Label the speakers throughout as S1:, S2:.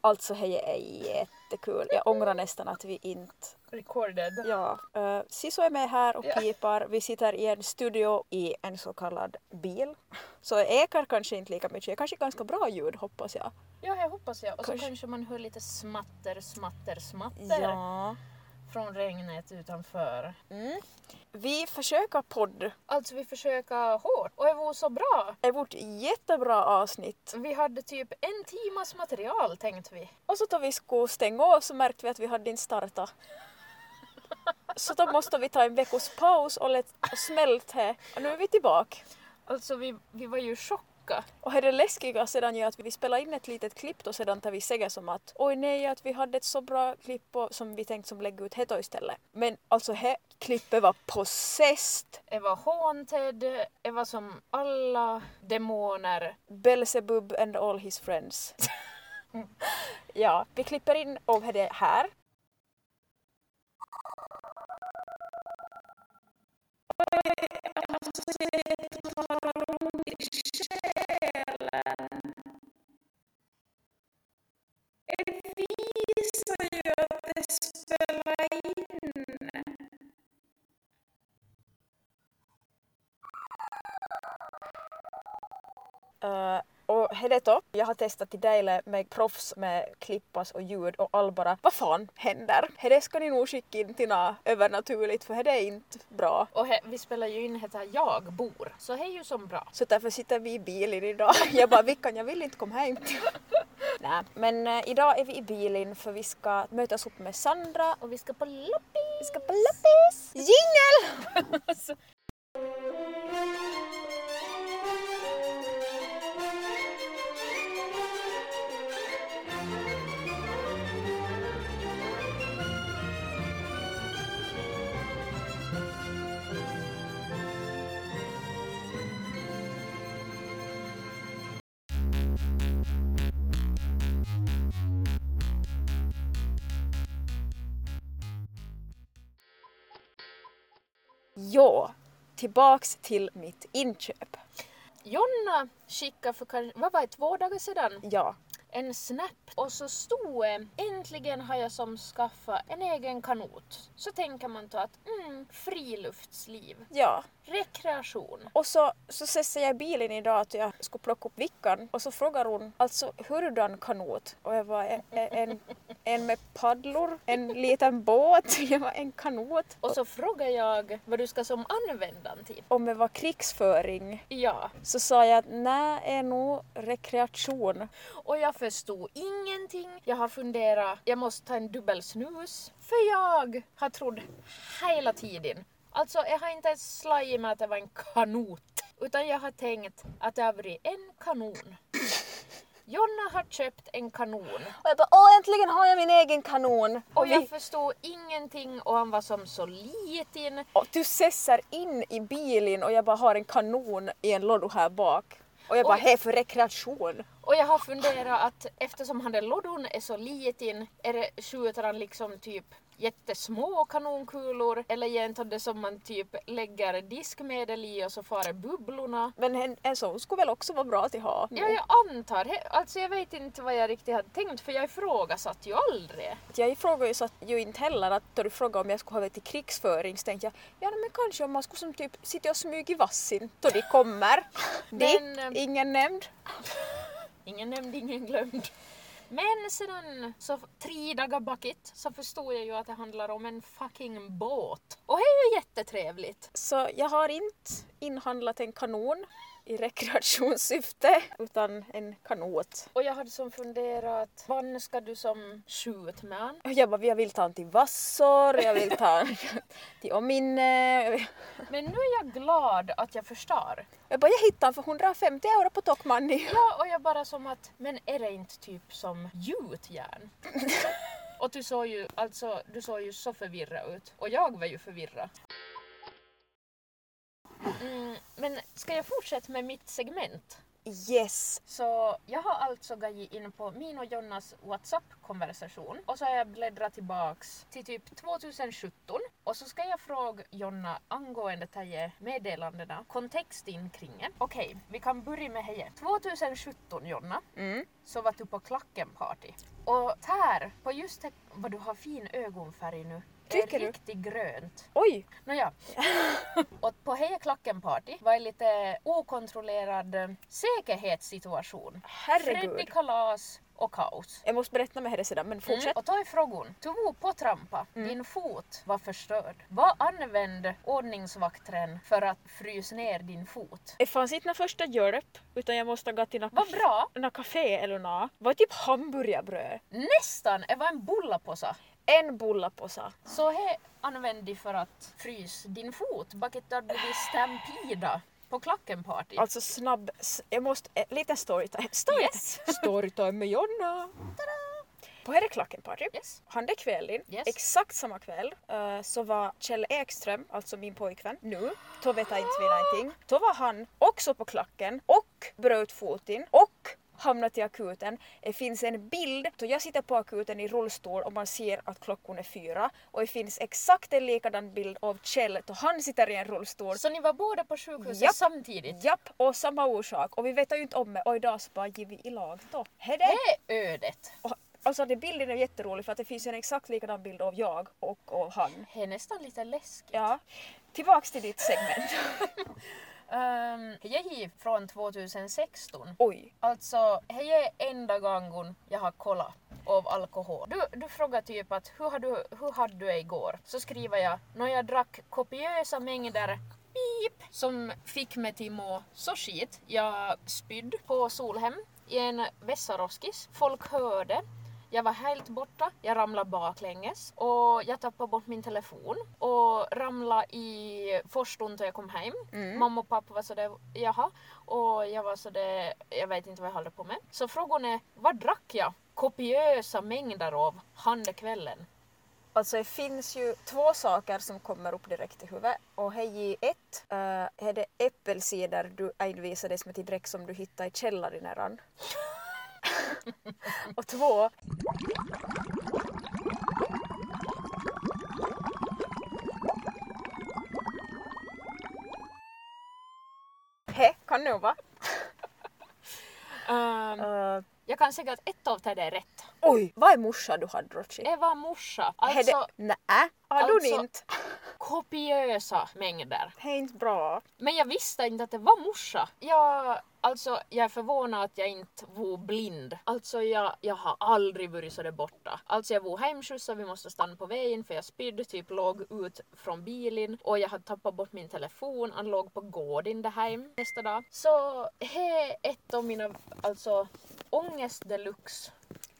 S1: Alltså hej är jättekul. Jag ångrar nästan att vi inte...
S2: Recorded.
S1: Ja. Uh, Sisu är med här och
S2: Ja.
S1: pipar. Vi sitter i en studio i en så kallad bil. Så jag ekar kanske inte lika mycket. Jag kanske är ganska bra ljud hoppas jag.
S2: Ja, jag hoppas jag. Och så
S1: Kanske.
S2: kanske man hör lite smatter, smatter, smatter
S1: Ja.
S2: från regnet utanför.
S1: Mm. Vi försöker podd.
S2: Alltså vi försöker hårt och det var så bra.
S1: Det vårt jättebra avsnitt.
S2: Vi hade typ en timmas material tänkte vi.
S1: Och så då vi skulle stänga av så märkte vi att vi hade inte startat. Så då måste vi ta en veckas paus och, let, och smält här. Och nu är vi tillbaka.
S2: Alltså vi, vi var ju chockade.
S1: Och här är det läskiga sedan ju att vi spelar in ett litet klipp då sedan där vi säger som att oj nej att vi hade ett så bra klipp och, som vi tänkte som lägga ut här då istället. Men alltså här klippet var possessed.
S2: Det var haunted, det var som alla demoner.
S1: Belzebub and all his friends. ja, vi klipper in och här är det här. Eh, och här är det då. Jag har testat till Dejle med proffs med klippas och ljud och all bara vad fan händer? Här det ska ni nog skicka in till nå övernaturligt för här det är inte bra.
S2: Och he, vi spelar ju in här där jag bor. Så det är ju som bra.
S1: Så därför sitter vi i bilen idag. Jag bara Vickan, jag vill inte komma hem. Nej, men eh, idag är vi i bilen för vi ska mötas upp med Sandra.
S2: Och vi ska på loppis!
S1: Vi ska på loppis! Jingel! Jo, tillbaks till mitt inköp.
S2: Jonna skickade för kanske, vad var det, två dagar sedan
S1: Ja,
S2: en snap och så stod det, äntligen har jag som skaffat en egen kanot. Så tänker man då att mm, friluftsliv,
S1: ja.
S2: rekreation.
S1: Och så, så ses jag i bilen idag att jag skulle plocka upp Vickan och så frågar hon alltså hurdan kanot? Och jag var en, en, en med paddlor, en liten båt, jag var en kanot.
S2: Och så frågar jag vad du ska som använda den till.
S1: Om det var krigsföring
S2: Ja,
S1: så sa jag att nej, är nog rekreation.
S2: och jag förstod ingenting. Jag har funderat, jag måste ta en dubbel snus. För jag har trott hela tiden, alltså jag har inte ens slagit med att det var en kanot. Utan jag har tänkt att det har varit en kanon. Jonna har köpt en kanon.
S1: Och jag bara, åh äntligen har jag min egen kanon!
S2: Och
S1: Och,
S2: jag
S1: vi,
S2: förstod ingenting och han var som så liten.
S1: och du sessar in i bilen och jag bara har en kanon i en låda här bak. Och jag bara,
S2: Oj.
S1: hej för rekreation!
S2: Och jag har funderat att eftersom han den loddon är så liten, är det, skjuter han liksom typ jättesmå kanonkulor eller ger han till det som man typ lägger diskmedel i och så far bubblorna.
S1: Men en, en sån skulle väl också vara bra att ha?
S2: Ja, jag antar. he- Alltså jag vet inte vad jag riktigt hade tänkt för jag ifrågasatt ju aldrig.
S1: Jag frågade ju, så att, ju inte heller att då du frågade om jag skulle ha varit i krigsföring så tänkte jag ja men kanske om man skulle som typ sitta och smyga i vassin då de kommer.
S2: Men,
S1: Dit, ingen nämnd.
S2: Ingen nämnd, ingen glömd. Men sedan så tre dagar bakit så förstår jag ju att det handlar om en fucking båt. Och det är ju jättetrevligt.
S1: Så jag har inte inhandlat en kanon i rekreationssyfte utan en kanot.
S2: Och jag hade som funderat, vann ska du som skjut med han?
S1: Och Jag bara, jag vill ta en till Vassor, jag vill ta en till Åminne. Jag vill-
S2: Men nu är jag glad att jag förstår.
S1: Jag bara, jag hittade den för 150 euro på Tokmanni.
S2: Ja, och jag bara som att, men är det inte typ som gjutjärn? och du såg ju, alltså, du såg ju så förvirrad ut. Och jag var ju förvirrad. Mm, men ska jag fortsätta med mitt segment?
S1: Yes!
S2: Så jag har alltså gått in på min och Jonnas WhatsApp-konversation och så har jag bläddrat tillbaks till typ 2017 Och så ska jag fråga Jonna angående taje meddelandena, kontexten kring det. Okej, vi kan börja med heje. 2017 Jonna,
S1: Mm.
S2: så var du på Klacken-party. Och här, på just det, vad du har fin ögonfärg nu.
S1: Tycker
S2: det
S1: du?
S2: är riktigt grönt.
S1: Oj!
S2: Nåja. och på Heja Klacken-party var det lite okontrollerad eh, säkerhetssituation. Freddy
S1: Herregud!
S2: kalas och kaos.
S1: Jag måste berätta med henne sedan, men
S2: Mm.
S1: Eh, fortsätt. Mm.
S2: Och ta i frågan. Du var på trampa. Din fot var förstörd. Vad använde ordningsvakten för att frysa ner din fot?
S1: Det fanns inte någon första hjälp, utan jag måste ha gått till
S2: Vad bra!
S1: något café eller något. Var typ hamburgarbröd.
S2: Nästan! Det var en bullapåse.
S1: En bullapåse.
S2: Så he använde de för att frysa din fot. Bucket där blev stampida på klackenparty.
S1: Alltså snabb... s- Jag måste... eh, Lite storytime. Storytime!
S2: Yes!
S1: Storytime med Jonna! På Herre Klacken-party
S2: Yes.
S1: Hande kvällen,
S2: Yes.
S1: exakt samma kväll, eh, så var Kjell Ekström, alltså min pojkvän, nu, då vet jag inte vi någonting. Då var han också på klacken och bröt foten och hamnat i akuten. Det finns en bild då jag sitter på akuten i rullstol och man ser att klockan är fyra och det finns exakt en likadan bild av Kjell då han sitter i en rullstol.
S2: Så ni var båda på sjukhuset
S1: Japp.
S2: samtidigt?
S1: Japp, och samma orsak. Och vi vet ju inte om det och idag så bara ger vi i lag då. Hej då!
S2: Det är ödet.
S1: Och, alltså den bilden är jätterolig för att det finns ju en exakt likadan bild av jag och av han.
S2: Det är nästan lite läskigt.
S1: Ja. Tillbaks till ditt segment.
S2: Ehm, jag gick från 2016.
S1: Oj.
S2: Alltså, det är enda gången jag har kollat av alkohol. Du, du frågar typ att hur har du, hur hade du det igår? Så skriver jag, när jag drack kopiösa mängder pip som fick mig till må så skit. Jag spydde på Solhem i en vässaroskis. Folk hörde. Jag var helt borta, jag ramlade baklänges och jag tappade bort min telefon och ramlade i farstun då jag kom hem. Mamma och pappa var sådär, jaha. Och jag var sådär, jag vet inte vad jag håller på med. Så frågan är, vad drack jag? Kopiösa mängder av handekvällen.
S1: Alltså det finns ju två saker som kommer upp direkt i huvudet. Och hej i ett, uh, är det äppelsider du envisades med till dräck som du hittade i källaren nära. och två, He, kan nu va?
S2: Ehm,
S1: Eh,
S2: jag kan säga att ett av det där är rätt.
S1: oj, vad är morsa du hade Rochi?
S2: Det var morsa.
S1: Är
S2: Alltså,
S1: det... Nej, har du
S2: alltså-
S1: inte?
S2: kopiösa mängder.
S1: Det är inte bra.
S2: Men jag visste inte att det var morsa. Jag, alltså, jag är förvånad att jag inte var blind. Alltså jag, jag har aldrig varit så där borta. Alltså jag var hemskjutsad, vi måste stanna på vägen för jag spydde, typ låg ut från bilen och jag hade tappat bort min telefon, han låg på gården där hem nästa dag. Så här är ett av mina, alltså ångest deluxe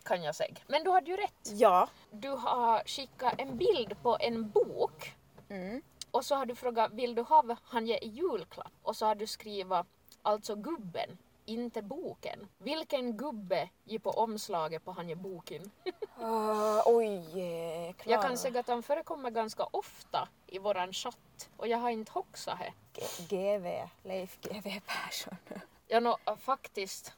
S2: kan jag säga. Men du hade ju rätt.
S1: Ja.
S2: Du har skickat en bild på en bok
S1: Mm.
S2: och så har du frågat vill du ha vad han ger i julklapp? Och så har du skrivit alltså gubben, inte boken. Vilken gubbe ger på omslaget på han ger boken?
S1: Ah, oj, eh, klar.
S2: Jag kan säga att han förekommer ganska ofta i våran chatt och jag har inte hoxat det.
S1: G- GV, Leif GV Persson.
S2: Jag nå, äh, faktiskt.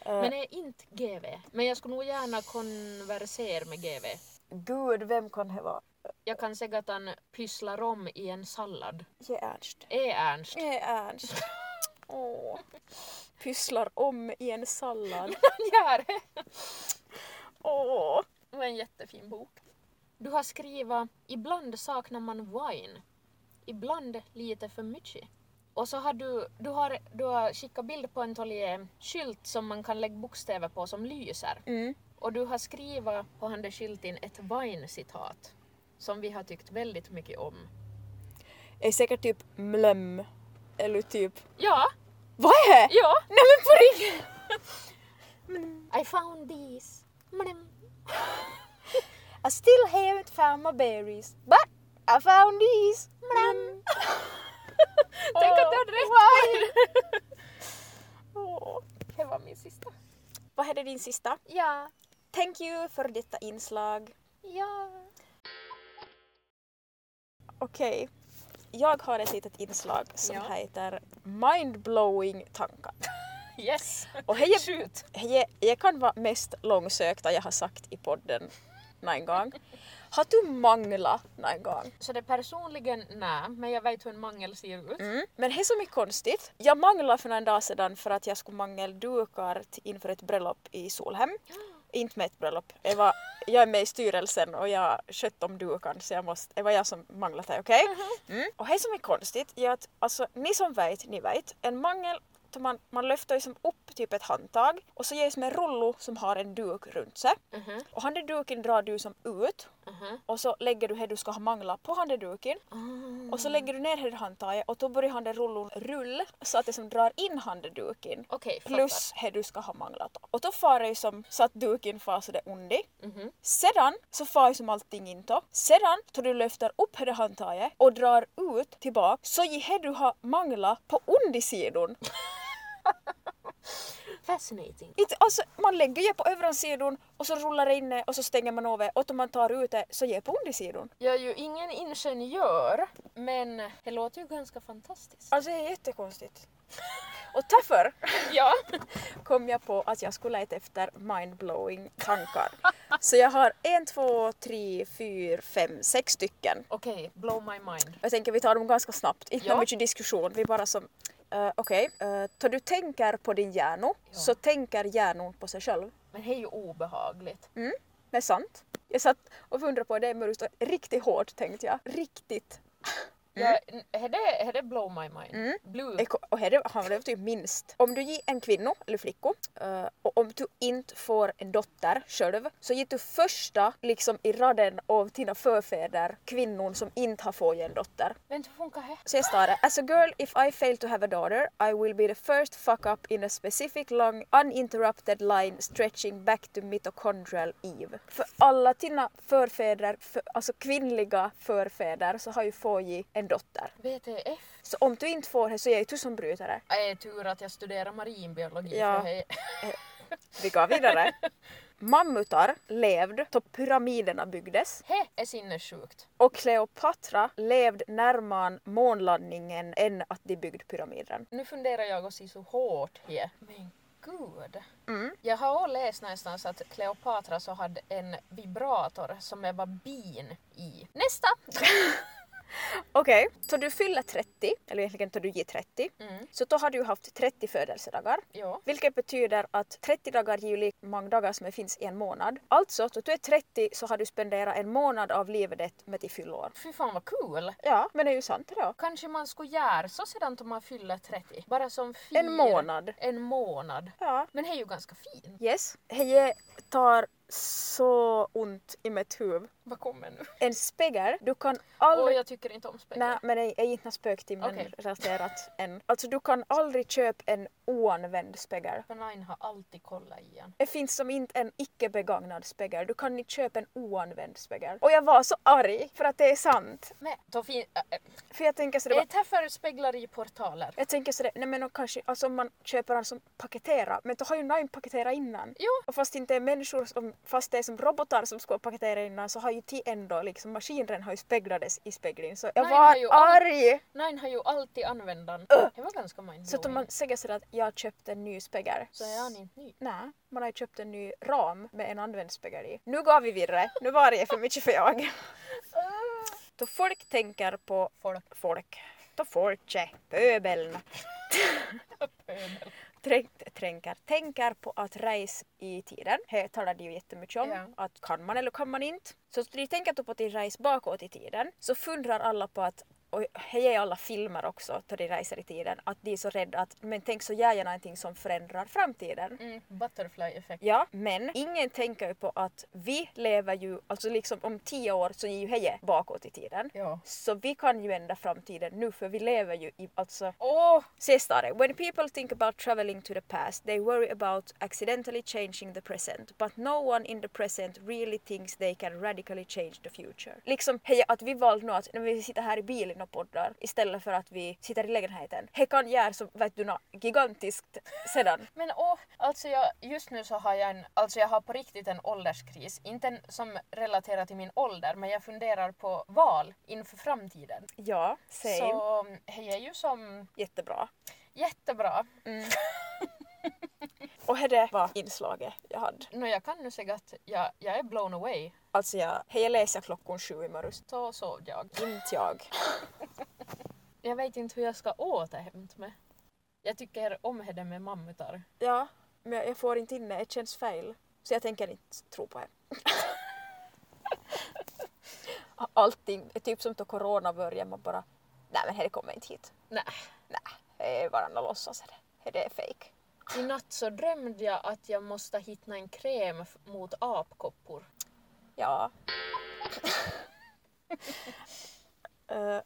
S1: Eh.
S2: Men jag är inte GV. Men jag skulle nog gärna konversera med GV.
S1: Gud, vem kan det vara?
S2: Jag kan säga att han pysslar om i en sallad.
S1: Ge Ernst.
S2: Är Ernst?
S1: Ge Ernst. Åh. Pysslar om i en sallad.
S2: Han gör det!
S1: Åh.
S2: Det var en jättefin bok. Du har skrivit “Ibland saknar man wine, ibland lite för mycket”. Och så har du, du, har, du har skickat bild på en tolje skylt som man kan lägga bokstäver på som lyser.
S1: Mm.
S2: Och du har skrivit på den där skylten ett wine-citat som vi har tyckt väldigt mycket om.
S1: Är säkert typ mlem. Eller typ...
S2: Ja,
S1: Vad är det?
S2: ja!
S1: Nej men på riktigt!
S2: I found these. Mm.
S1: I still haven't found my berries. But I found these. Mlem.
S2: Tänk att du hade rätt!
S1: Åh.
S2: Det var min sista.
S1: Vad hade din sista?
S2: Ja,
S1: Thank you för detta inslag.
S2: ja.
S1: Okej. Jag har ett litet inslag som
S2: Ja.
S1: heter Mindblowing tankar.
S2: Yes!
S1: Och hej,
S2: Shoot!
S1: hej, jag kan vara mest långsökta jag har sagt i podden någon gång. Har du manglat någon gång?
S2: Så det personligen, nej, men jag vet hur en mangel ser ut.
S1: Mm. Men det som är konstigt, jag manglade för en dag sedan för att jag skulle mangeldukar till- inför ett bröllop i Solhem. Inte med ett bröllop, det var, jag är med i styrelsen och jag skötte om dukan så jag måste, det var jag som manglade det, okej? Mm. Och det som är konstigt är att, alltså ni som vet, ni vet, en mangel då man, man lyfter liksom upp typ ett handtag och så ges med en rullo som har en duk runt sig.
S2: Mhm.
S1: Och handduken drar du som ut
S2: Mhm.
S1: och så lägger du det du ska ha manglat på handduken
S2: Mm.
S1: och så lägger du ner handtaget och då börjar handrullen rulla så att det som drar in handduken
S2: Okej, fattar.
S1: plus det du ska ha manglat av. Och då far det ju som så att duken far så det undi.
S2: Mhm.
S1: Sedan så far ju som allting in då. Sedan tar du lyfter upp det handtaget och drar ut tillbaka så ger det du har manglat på undersidan.
S2: Fascinating.
S1: Inte, alltså, man lägger ju på överansidan och så rullar det in det och så stänger man av det och om man tar ut det så ger på undersidan.
S2: Jag är ju ingen ingenjör, men det låter ju ganska fantastiskt.
S1: Alltså det är jättekonstigt. Och därför
S2: Ja.
S1: kom jag på att jag skulle leta efter mindblowing tankar. Så jag har en, två, tre, fyra, fem, sex stycken.
S2: Okej, blow my mind.
S1: Jag tänker vi tar dem ganska snabbt, inte
S2: Ja.
S1: mycket diskussion. Vi bara som, eh, okej, okay. du tänker på din hjärna
S2: Ja.
S1: så tänker hjärnan på sig själv.
S2: Men det är ju obehagligt.
S1: Det är sant. Jag satt och funderade på det i mörkret och riktigt hårt tänkte jag. Riktigt.
S2: Ja, n- är det, är det blow my mind? Blue.
S1: Eko- Och här har det typ minst. Om du ger en kvinna eller flicka eh, och om du inte får en dotter själv så ger du första liksom i raden av dina förfäder kvinnor som inte har fått en dotter.
S2: Men hur funkar det?
S1: Så jag startar. As a girl if I fail to have a daughter I will be the first fuck up in a specific long uninterrupted line stretching back to mitochondrial Eve. För alla dina förfäder, för, alltså kvinnliga förfäder så har ju fått ge en dotter.
S2: VTF?
S1: Så om du inte får det så är du som brytare.
S2: Det är Äh, tur att jag studerar marinbiologi.
S1: Ja.
S2: För det är-
S1: Vi går vidare. Mammutar levde då pyramiderna byggdes
S2: det är sinnessjukt.
S1: och Kleopatra levde närmare månlandningen än att de byggde pyramiden.
S2: Nu funderar jag och ser så hårt här. Men gud.
S1: Mm.
S2: Jag har också läst någonstans att Kleopatra så hade en vibrator som det var bin i. Nästa!
S1: Okej, så du fyller 30, eller egentligen då du ger 30,
S2: Mm.
S1: så då har du haft 30 födelsedagar.
S2: Ja.
S1: Vilket betyder att 30 dagar ger ju lika många dagar som det finns i en månad. Alltså, då du är 30 så har du spenderat en månad av livet ditt med till fyllår.
S2: Fy fan vad kul!
S1: Ja, men det är ju sant då.
S2: Kanske man skulle göra så sedan om man fyller 30. Bara som fyra.
S1: En månad.
S2: En månad.
S1: Ja.
S2: Men det är ju ganska fint.
S1: Yes. Heje tar så ont i mitt huvud.
S2: Vad kommer nu?
S1: En spegel, du kan
S2: Åh,
S1: aldrig...
S2: jag tycker inte om spegel.
S1: Nej, men det är inte något spöktimmen
S2: Okej.
S1: relaterat än. Alltså du kan aldrig köpa en oanvänd spegel.
S2: Benign har alltid kollat i en.
S1: Det finns som inte en icke begagnad spegel. Du kan inte köpa en oanvänd spegel. Och jag var så arg för att det är sant.
S2: Men då fin- äh, äh,
S1: För jag tänker sådär...
S2: är
S1: bara-
S2: det här för speglar i portaler?
S1: Jag tänker sådär, nej men och kanske, alltså om man köper den som paketerar, men då har ju Nine paketerat innan.
S2: Jo.
S1: Och fast det inte är människor, som, fast det är som robotar som ska paketera innan så har ju ti ändå liksom, maskinen har ju speglades i speglingen. Så jag
S2: Nine
S1: var
S2: har ju all-
S1: arg!
S2: Nine har ju alltid använt den. Det var ganska mindblowing.
S1: Så att om man säger sådär att jag köpte en ny spegel.
S2: Så är han inte ny.
S1: Nej, man har ju köpt en ny ram med en använd spegel i. Nu går vi vidare, nu var det för mycket för jag. Då folk tänker på
S2: Folk.
S1: folk, då folket, pöbeln, tränk- tränker, tänker på att resa i tiden. Det talar de ju jättemycket om.
S2: Ja.
S1: Att kan man eller kan man inte. Så de tänker då på att de reser bakåt i tiden. Så funderar alla på att och det är i alla filmer också, då de reser i tiden, att de är så rädda att men tänk så gör jag någonting som förändrar framtiden.
S2: Mm, butterfly effekt.
S1: Ja, men ingen tänker ju på att vi lever ju, alltså liksom om tio år så är ju heje bakåt i tiden.
S2: Ja.
S1: Så vi kan ju ändra framtiden nu för vi lever ju i, alltså
S2: Åh!
S1: Sista det. When people think about traveling to the past, they worry about accidentally changing the present. But no one in the present really thinks they can radically change the future. Liksom, hej, att vi valde nu att när vi sitter här i bilen och poddar istället för att vi sitter i lägenheten. He kan göra som, vet du, nå, gigantiskt sedan.
S2: Men åh, alltså jag, just nu så har jag en, alltså jag har på riktigt en ålderskris. Inte en som relaterar till min ålder, men jag funderar på val inför framtiden.
S1: Ja, same.
S2: Så mm, det är ju som
S1: Jättebra.
S2: jättebra.
S1: Och det var inslaget jag hade.
S2: Nå, jag kan nu säga att jag, jag är blown away.
S1: Alltså jag, hej jag läser klockan sju i morse.
S2: Så sov jag.
S1: Inte jag.
S2: Jag vet inte hur jag ska återhämta mig. Jag tycker om henne med mammutar.
S1: Ja, men jag- jag får inte in det, det känns fel. Så jag tänker inte tro på det. Allting, är typ som då corona började, man bara nej men det kommer inte hit.
S2: Nej.
S1: Nej, det är bara något låtsas det. Det är fake.
S2: I natt så drömde jag att jag måste hitta en kräm f- mot apkoppor.
S1: Ja. Eh,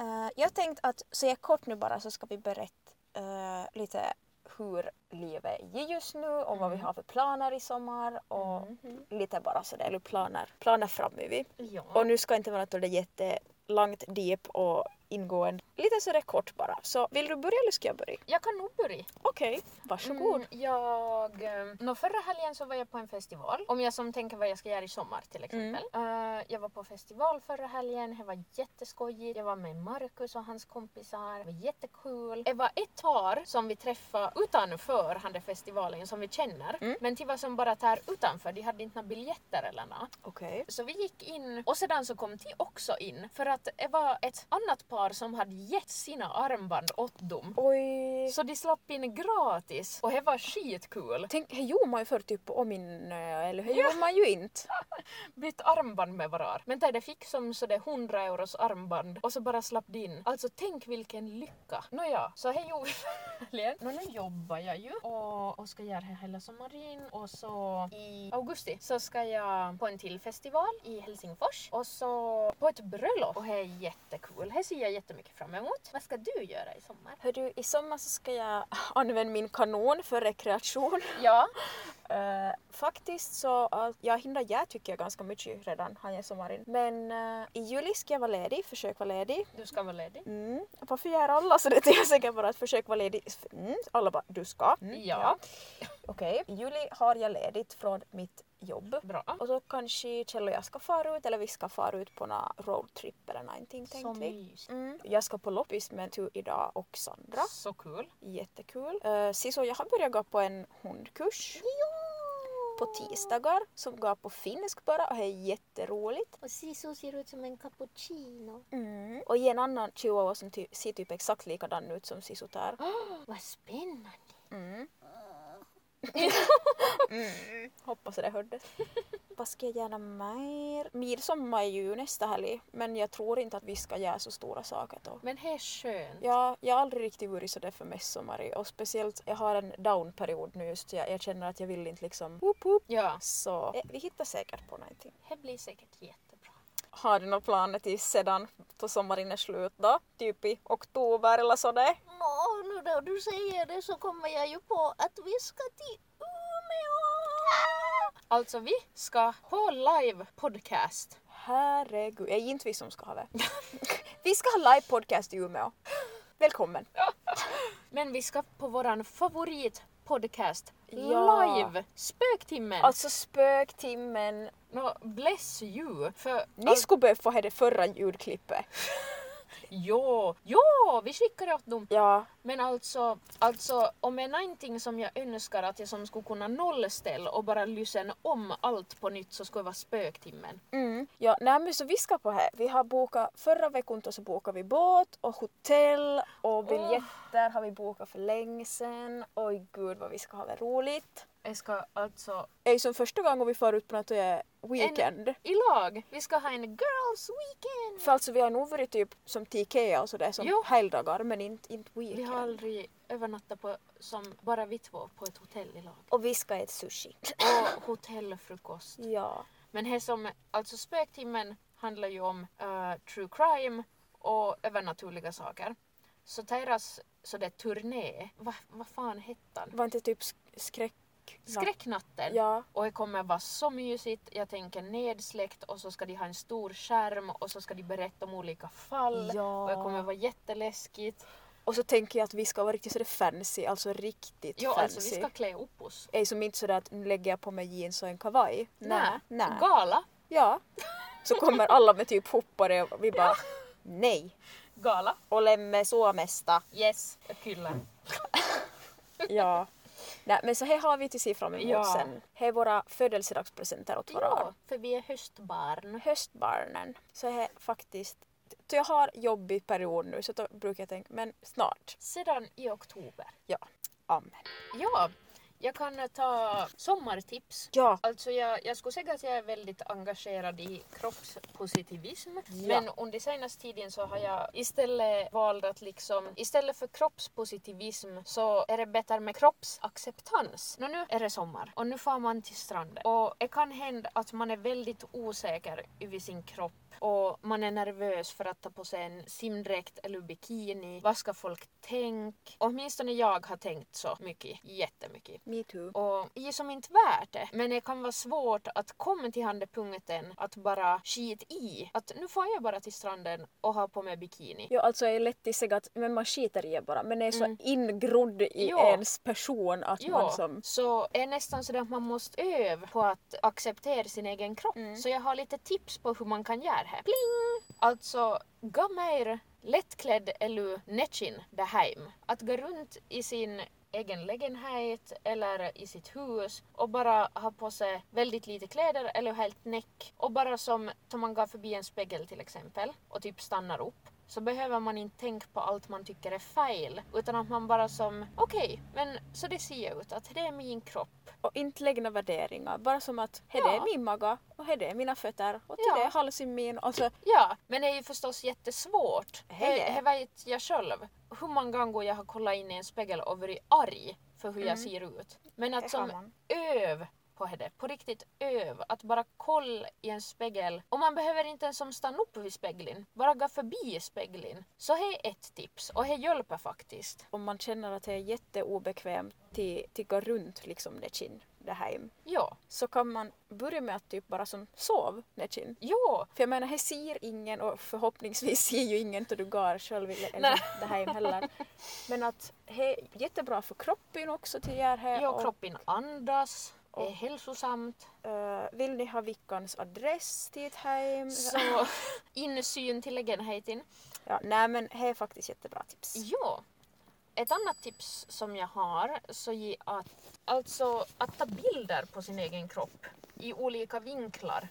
S1: eh, jag tänkte att säga kort nu bara så ska vi berätta eh, lite hur livet är just nu och vad vi har för planer i sommar och
S2: Mm.
S1: lite bara sådär, eller planer, planer framöver.
S2: Mhm. Ja.
S1: Och nu ska inte vara något det jättelångt, deep och ingående. Lite sådär kort bara. Så vill du börja eller ska jag börja?
S2: Jag kan nog börja.
S1: Okej, varsågod.
S2: Mm, jag... eh, Nå, förra helgen så var jag på en festival. Om jag som tänker vad jag ska göra i sommar till exempel. Eh, jag var på festival förra helgen, det var jätteskojigt. Jag var med Markus och hans kompisar, det var jättekul. Det var ett par som vi träffade utanför han där festivalen som vi känner.
S1: Mm.
S2: Men till var som bara där utanför, de hade inte några biljetter eller något.
S1: Okej.
S2: Så vi gick in och sedan så kom de också in för att det var ett annat par som hade gett sina armband åt dem.
S1: Oj.
S2: Så de slapp in gratis och det var skitkul.
S1: Tänk, det gjorde man ju förr typ på min... Eller det gjorde man ju inte.
S2: Bytt armband med varar. Men där de fick som sådär 100 euros armband och så bara slapp de in. Alltså tänk vilken lycka. Nåja, så hej gjorde vi förmodligen. Nå, nu jobbar jag ju och, och ska göra det hela sommaren och så i augusti så ska jag på en till festival i Helsingfors och så på ett bröllop och det är jättekul. Det ser jag jättemycket fram emot. Vad ska du göra i sommar?
S1: Hördu, i sommar så ska jag använda min kanon för rekreation.
S2: Ja,
S1: Eh, faktiskt så att jag hinner jag tycker jag ganska mycket redan här i sommaren. Men eh, i juli ska jag vara ledig, försök vara ledig.
S2: du ska vara ledig.
S1: Mm. Varför gör alla så det? Jag är säker bara att försök vara ledig. Mm. Alla bara, du ska. Mm,
S2: Ja.
S1: Okej, i juli har jag ledigt från mitt jobb.
S2: Bra.
S1: Och så kanske Kjell och jag ska fara ut eller vi ska fara ut på någon roadtrip eller någonting
S2: Så
S1: tänkte vi.
S2: mysigt.
S1: Mm. Jag ska på loppis med tur idag och Sandra.
S2: Så kul.
S1: Jättekul. Uh, Siso, jag har börjat gå på en hundkurs på tisdagar som går på finsk bara och det är jätteroligt.
S3: Och Sisu ser ut som en cappuccino.
S1: Mm. Och i en annan chihuahua som ty- ser typ exakt likadan ut som Siso där.
S3: Vad spännande.
S1: Mm. mm. Hoppas det hördes. Vad ska jag göra mer? Midsommar är ju nästa helg men jag tror inte att vi ska göra så stora saker då.
S2: Men det är skönt.
S1: Ja, jag har aldrig riktigt varit sådär för midsommar och speciellt jag har en down-period nu just jag, jag känner att jag vill inte liksom whoop, whoop.
S2: Ja,
S1: Så eh, vi hittar säkert på någonting.
S2: det blir säkert jättebra.
S1: Har du några planer till sedan då sommaren är slut då? Typ i oktober eller sådär?
S3: Nå, nu när du säger det så kommer jag ju på att vi ska till Umeå.
S2: Alltså vi ska på live podcast.
S1: Herregud, jag är inte vi som ska ha det. vi ska ha live-podcast i Umeå. Välkommen!
S2: Men vi ska på våran favorit podcast
S1: Ja.
S2: live. Spöktimmen.
S1: Alltså spöktimmen.
S2: Nå, bless you. För
S1: Ni skulle behöva få ha det förra ljudklippet.
S2: Jo, jo, vi skickar det åt dem.
S1: Ja,
S2: Men alltså, alltså om det är någonting som jag önskar att jag som skulle kunna nollställa och bara lyssna om allt på nytt så skulle det vara spöktimmen.
S1: Mm. Ja, nej men så vi ska på här. Vi har bokat, förra veckan då så bokade vi båt och hotell och biljetter har vi bokat för länge sedan. Oj gud vad vi ska ha det roligt.
S2: Jag ska alltså
S1: Det är ju som första gången vi far ut på något eh, weekend.
S2: i lag. Vi ska ha en girls weekend.
S1: För alltså vi har nog varit typ som till Ikea och sådär som
S2: Jo.
S1: helgdagar men inte, inte weekend.
S2: Vi har aldrig övernattat på, som bara vi två på ett hotell i lag.
S1: Och vi ska äta sushi.
S2: Och hotellfrukost.
S1: Ja.
S2: Men här som, alltså spöktimmen handlar ju om eh, true crime och övernaturliga saker. Så deras så det turné, vad vad fan hette han?
S1: Var inte typ sk- skräck...
S2: Skräcknatten.
S1: Ja.
S2: Och det kommer vara så mysigt, jag tänker nedsläckt och så ska de ha en stor skärm och så ska de berätta om olika fall.
S1: Ja.
S2: Och det kommer vara jätteläskigt.
S1: Och så tänker jag att vi ska vara riktigt sådär fancy, alltså riktigt
S2: Jo,
S1: fancy.
S2: alltså vi ska klä upp oss.
S1: är som inte sådär att nu lägger jag på mig jeans och en kavaj.
S2: Nej.
S1: Nej.
S2: Och gala.
S1: Ja. Så kommer alla med typ hoppare och vi bara nej.
S2: Gala.
S1: Olemme Suomesta.
S2: Yes. Kyllä.
S1: Ja. Nej, men så här har vi till se fram emot
S2: Ja.
S1: sen. Här är våra födelsedagspresenter åt varandra.
S2: Ja, för vi är höstbarn.
S1: höstbarnen så är faktiskt så jag har jobbig period nu så då brukar jag tänka men snart.
S2: Sedan i oktober.
S1: Amen.
S2: Ja, jag kan ta sommartips.
S1: Ja,
S2: Alltså jag, jag skulle säga att jag är väldigt engagerad i kroppspositivism.
S1: Ja.
S2: Men under senaste tiden så har jag istället valt att liksom, istället för kroppspositivism så är det bättre med kroppsacceptans. Nå nu är det sommar och nu får man till stranden. Och det kan hända att man är väldigt osäker över sin kropp och man är nervös för att ta på sig en simdräkt eller bikini. Vad ska folk tänka? Åtminstone jag har tänkt så mycket, jättemycket.
S1: me too.
S2: Och det är som inte värt det. Men det kan vara svårt att komma till handen punkten att bara skit i. Att nu får jag bara till stranden och ha på mig bikini.
S1: Ja, alltså jag är lätt i sig att men man skiter i det bara men det är så
S2: Mm.
S1: ingrodd i
S2: Ja.
S1: ens person att
S2: Ja,
S1: man som
S2: så är nästan så att man måste öva på att acceptera sin egen kropp.
S1: Mm.
S2: Så jag har lite tips på hur man kan göra här. Pling! Alltså, gå mer lättklädd eller nätsin där hem. Att gå runt i sin egen lägenhet eller i sitt hus och bara ha på sig väldigt lite kläder eller helt näck och bara som, som man går förbi en spegel till exempel och typ stannar upp så behöver man inte tänka på allt man tycker är fel utan att man bara som okej, men så det ser ut att det är min kropp.
S1: och inte lägga några värderingar bara som att här
S2: Ja.
S1: är min maga och här är mina fötter och till
S2: Ja.
S1: det är halsen min Alltså, och så
S2: Ja, men det är ju förstås jättesvårt. Eh,
S1: Hej.
S2: Det- Det vet jag själv. Hur många gånger jag har kollat in i en spegel och varit arg för hur jag
S1: Mm.
S2: ser ut. Men att
S1: här har
S2: som
S1: man.
S2: öv på det, på riktigt öv. Att bara kolla i en spegel. Och man behöver inte ens som stanna upp vid spegeln, bara gå förbi spegeln. Så här är ett tips och det hjälper faktiskt.
S1: Om man känner att det är jätteobekvämt till, till gå runt liksom det kin det hem
S2: Ja,
S1: så kan man börja med att typ bara som sov det kin
S2: ja,
S1: För jag menar, här ser ingen och förhoppningsvis ser ju ingen då du går själv eller eller
S2: Nej.
S1: det här in heller. Men att det är jättebra för kroppen också till er här. Eh,
S2: ja
S1: och,
S2: kroppen andas. Det är
S1: och-
S2: hälsosamt.
S1: eh, vill ni ha veckans adress till ett hem?
S2: Så insyn till lägenheten.
S1: Ja, nej men det är faktiskt jättebra tips.
S2: Ja. Ett annat tips som jag har så är att, alltså, att ta bilder på sin egen kropp i olika vinklar.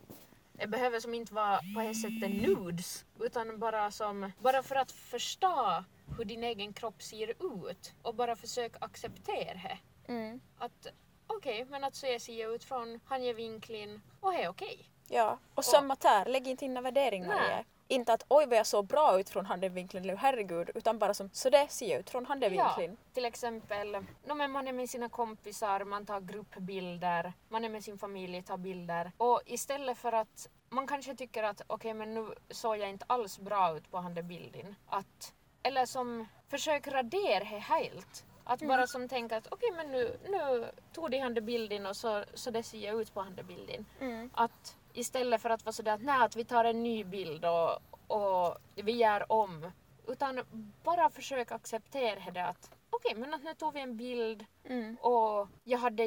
S2: Det behöver som inte vara på det här sättet nudes utan bara, som, bara för att förstå hur din egen kropp ser ut och bara försök acceptera det.
S1: Mm.
S2: Att okej, men att så jag ser ut från han ger vinkeln och det är okej.
S1: Ja, och samma där, lägg inte in några värderingar i
S2: Nej.
S1: det. Inte att oj vad jag såg bra ut från handenvinkeln nu, herregud, utan bara som så det ser jag ut från handenvinkeln.
S2: Till exempel, no, men man är med sina kompisar, man tar gruppbilder, man är med sin familj, tar bilder. Och istället för att man kanske tycker att okej men nu såg jag inte alls bra ut på den där bilden. Att, eller som, försök radera det helt. Att bara som tänka att okej men nu, nu tog de den där bilden och så, så det ser jag ut på den där bilden.
S1: Mm.
S2: Att istället för att vara sådär att nej att vi tar en ny bild och, och vi gör om. Utan bara försök acceptera det att okej men att nu tog vi en bild
S1: Mm.
S2: och jag hade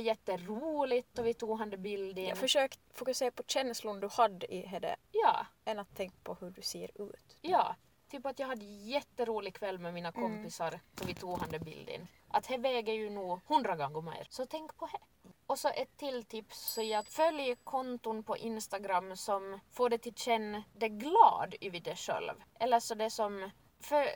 S2: jätteroligt och vi tog den där bilden.
S1: Ja, försök fokusera på känslan du hade i det
S2: ja,
S1: än att tänka på hur du ser ut.
S2: ja. Typ att jag hade jätterolig kväll med mina kompisar så vi tog den där bilden. Att det väger ju nog hundra gånger mer. Så tänk på det. Och så ett till tips så är att följ konton på Instagram som får dig till känna dig glad över dig själv. Eller så det som för,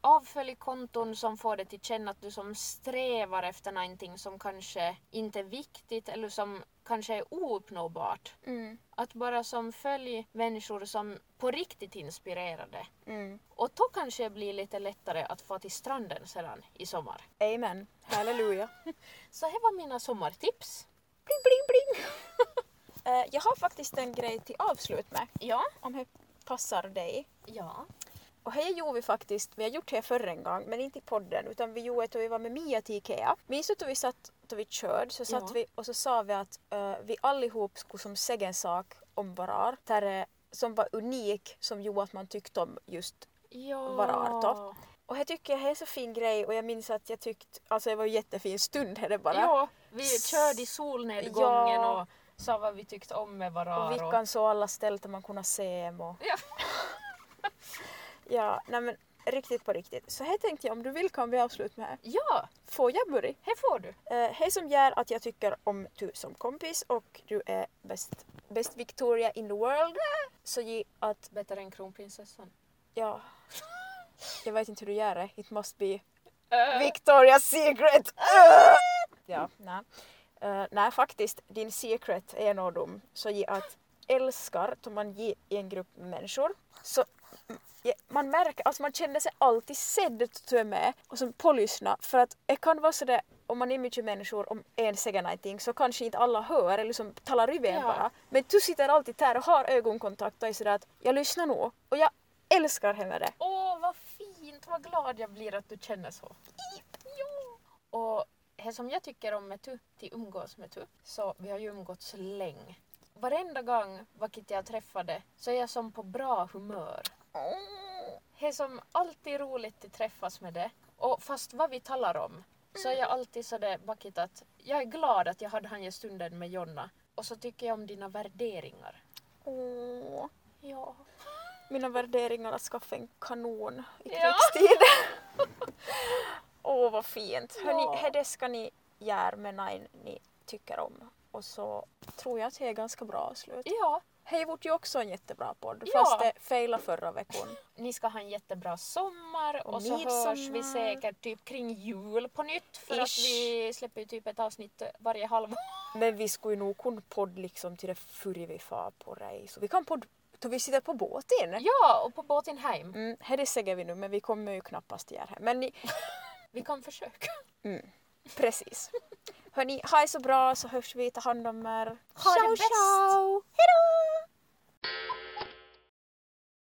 S2: avfölj konton som får dig till känna att du som strävar efter någonting som kanske inte är viktigt eller som kanske är ouppnåbart.
S1: Mm.
S2: Att bara som följ människor som på riktigt inspirerade.
S1: Mm.
S2: Och då kanske det blir lite lättare att få till stranden sedan i sommar.
S1: Amen. Halleluja.
S2: Så här var mina sommartips.
S1: bling, bling, bling. Eh, jag har faktiskt en grej till avslut med,
S2: Ja.
S1: om det passar dig.
S2: Ja.
S1: Och här gjorde vi faktiskt, vi har gjort det förr en gång, men inte i podden, utan vi gjorde det då vi var med Mia till Ikea. Minns du då vi satt, då vi körde, så satt
S2: Ja.
S1: vi och så sa vi att eh, vi allihop skulle som säga en sak om varar, där eh, som var unik, som gjorde att man tyckte om just
S2: Ja.
S1: Vararta. och jag tycker det är en så fin grej och jag minns att jag tyckte, alltså det var en jättefin stund här det bara.
S2: Ja, vi körde i solnedgången
S1: Ja.
S2: och sa vad vi tyckte om med varar.
S1: Och vilken så alla ställen där man kunde se dem och...
S2: Ja.
S1: ja, nej men riktigt på riktigt. Så här tänkte jag, om du vill kan vi avsluta med här.
S2: Ja,
S1: Får jag börja?
S2: här får du.
S1: Eh, hej som gör att jag tycker om du som kompis och du är bäst, bäst Victoria in the world. Så ge att,
S2: Bättre än kronprinsessan.
S1: ja, jag vet inte hur du gör det. It must be
S2: Äh.
S1: Victoria's secret! Äh! ja, nej. Eh, nej, faktiskt, din secret är nog dum. Så ge att älskar, som man ger i en grupp människor, så mm, ja, man märker, alltså man känner sig alltid sedd att du är med och som pålyssna. För att det kan vara sådär, om man är mycket människor, om en säger någonting så kanske inte alla hör eller liksom talar över en
S2: Ja.
S1: bara. Men du sitter alltid där och har ögonkontakt och är sådär att jag lyssnar nog och jag älskar henne det.
S2: Åh, vad fint! Vad glad jag blir att du känner så. Ja. Och det som jag tycker om med tu, till umgås med tu, så vi har ju umgåtts länge. Varenda gång vilket jag träffade så är jag som på bra humör. Det är som alltid roligt att träffas med det. Och fast vad vi talar om så är jag alltid sådär vackert att jag är glad att jag hade han här stunden med Jonna. Och så tycker jag om dina värderingar.
S1: Åh.
S2: Ja.
S1: mina värderingar att skaffa en kanon i
S2: Ja.
S1: krigstid. Åh vad fint! Hörni,
S2: Ja.
S1: här det ska ni göra med nine ni tycker om. Och så tror jag att det är ganska bra avslut.
S2: Ja.
S1: Hej vart ju också en jättebra podd
S2: Ja.
S1: fast det failade förra veckan.
S2: Ni ska ha en jättebra sommar
S1: Och
S2: och, så hörs
S1: midsommar.
S2: vi säkert typ kring jul på nytt för att
S1: Ish.
S2: vi släpper ju typ ett avsnitt varje halvår.
S1: Men vi skulle ju nog kunna podd liksom till det före vi far på race. Och vi kan podd då vi sitter på båten.
S2: Ja, och på båten hem.
S1: Mm, här det säger vi nu men vi kommer ju knappast göra det. Men ni,
S2: Vi kan försöka.
S1: precis. Hörni, ha det så bra så hörs vi, ta hand om er.
S2: Ha det
S1: Ciao,
S2: bäst.
S1: ciao!
S3: Hejdå!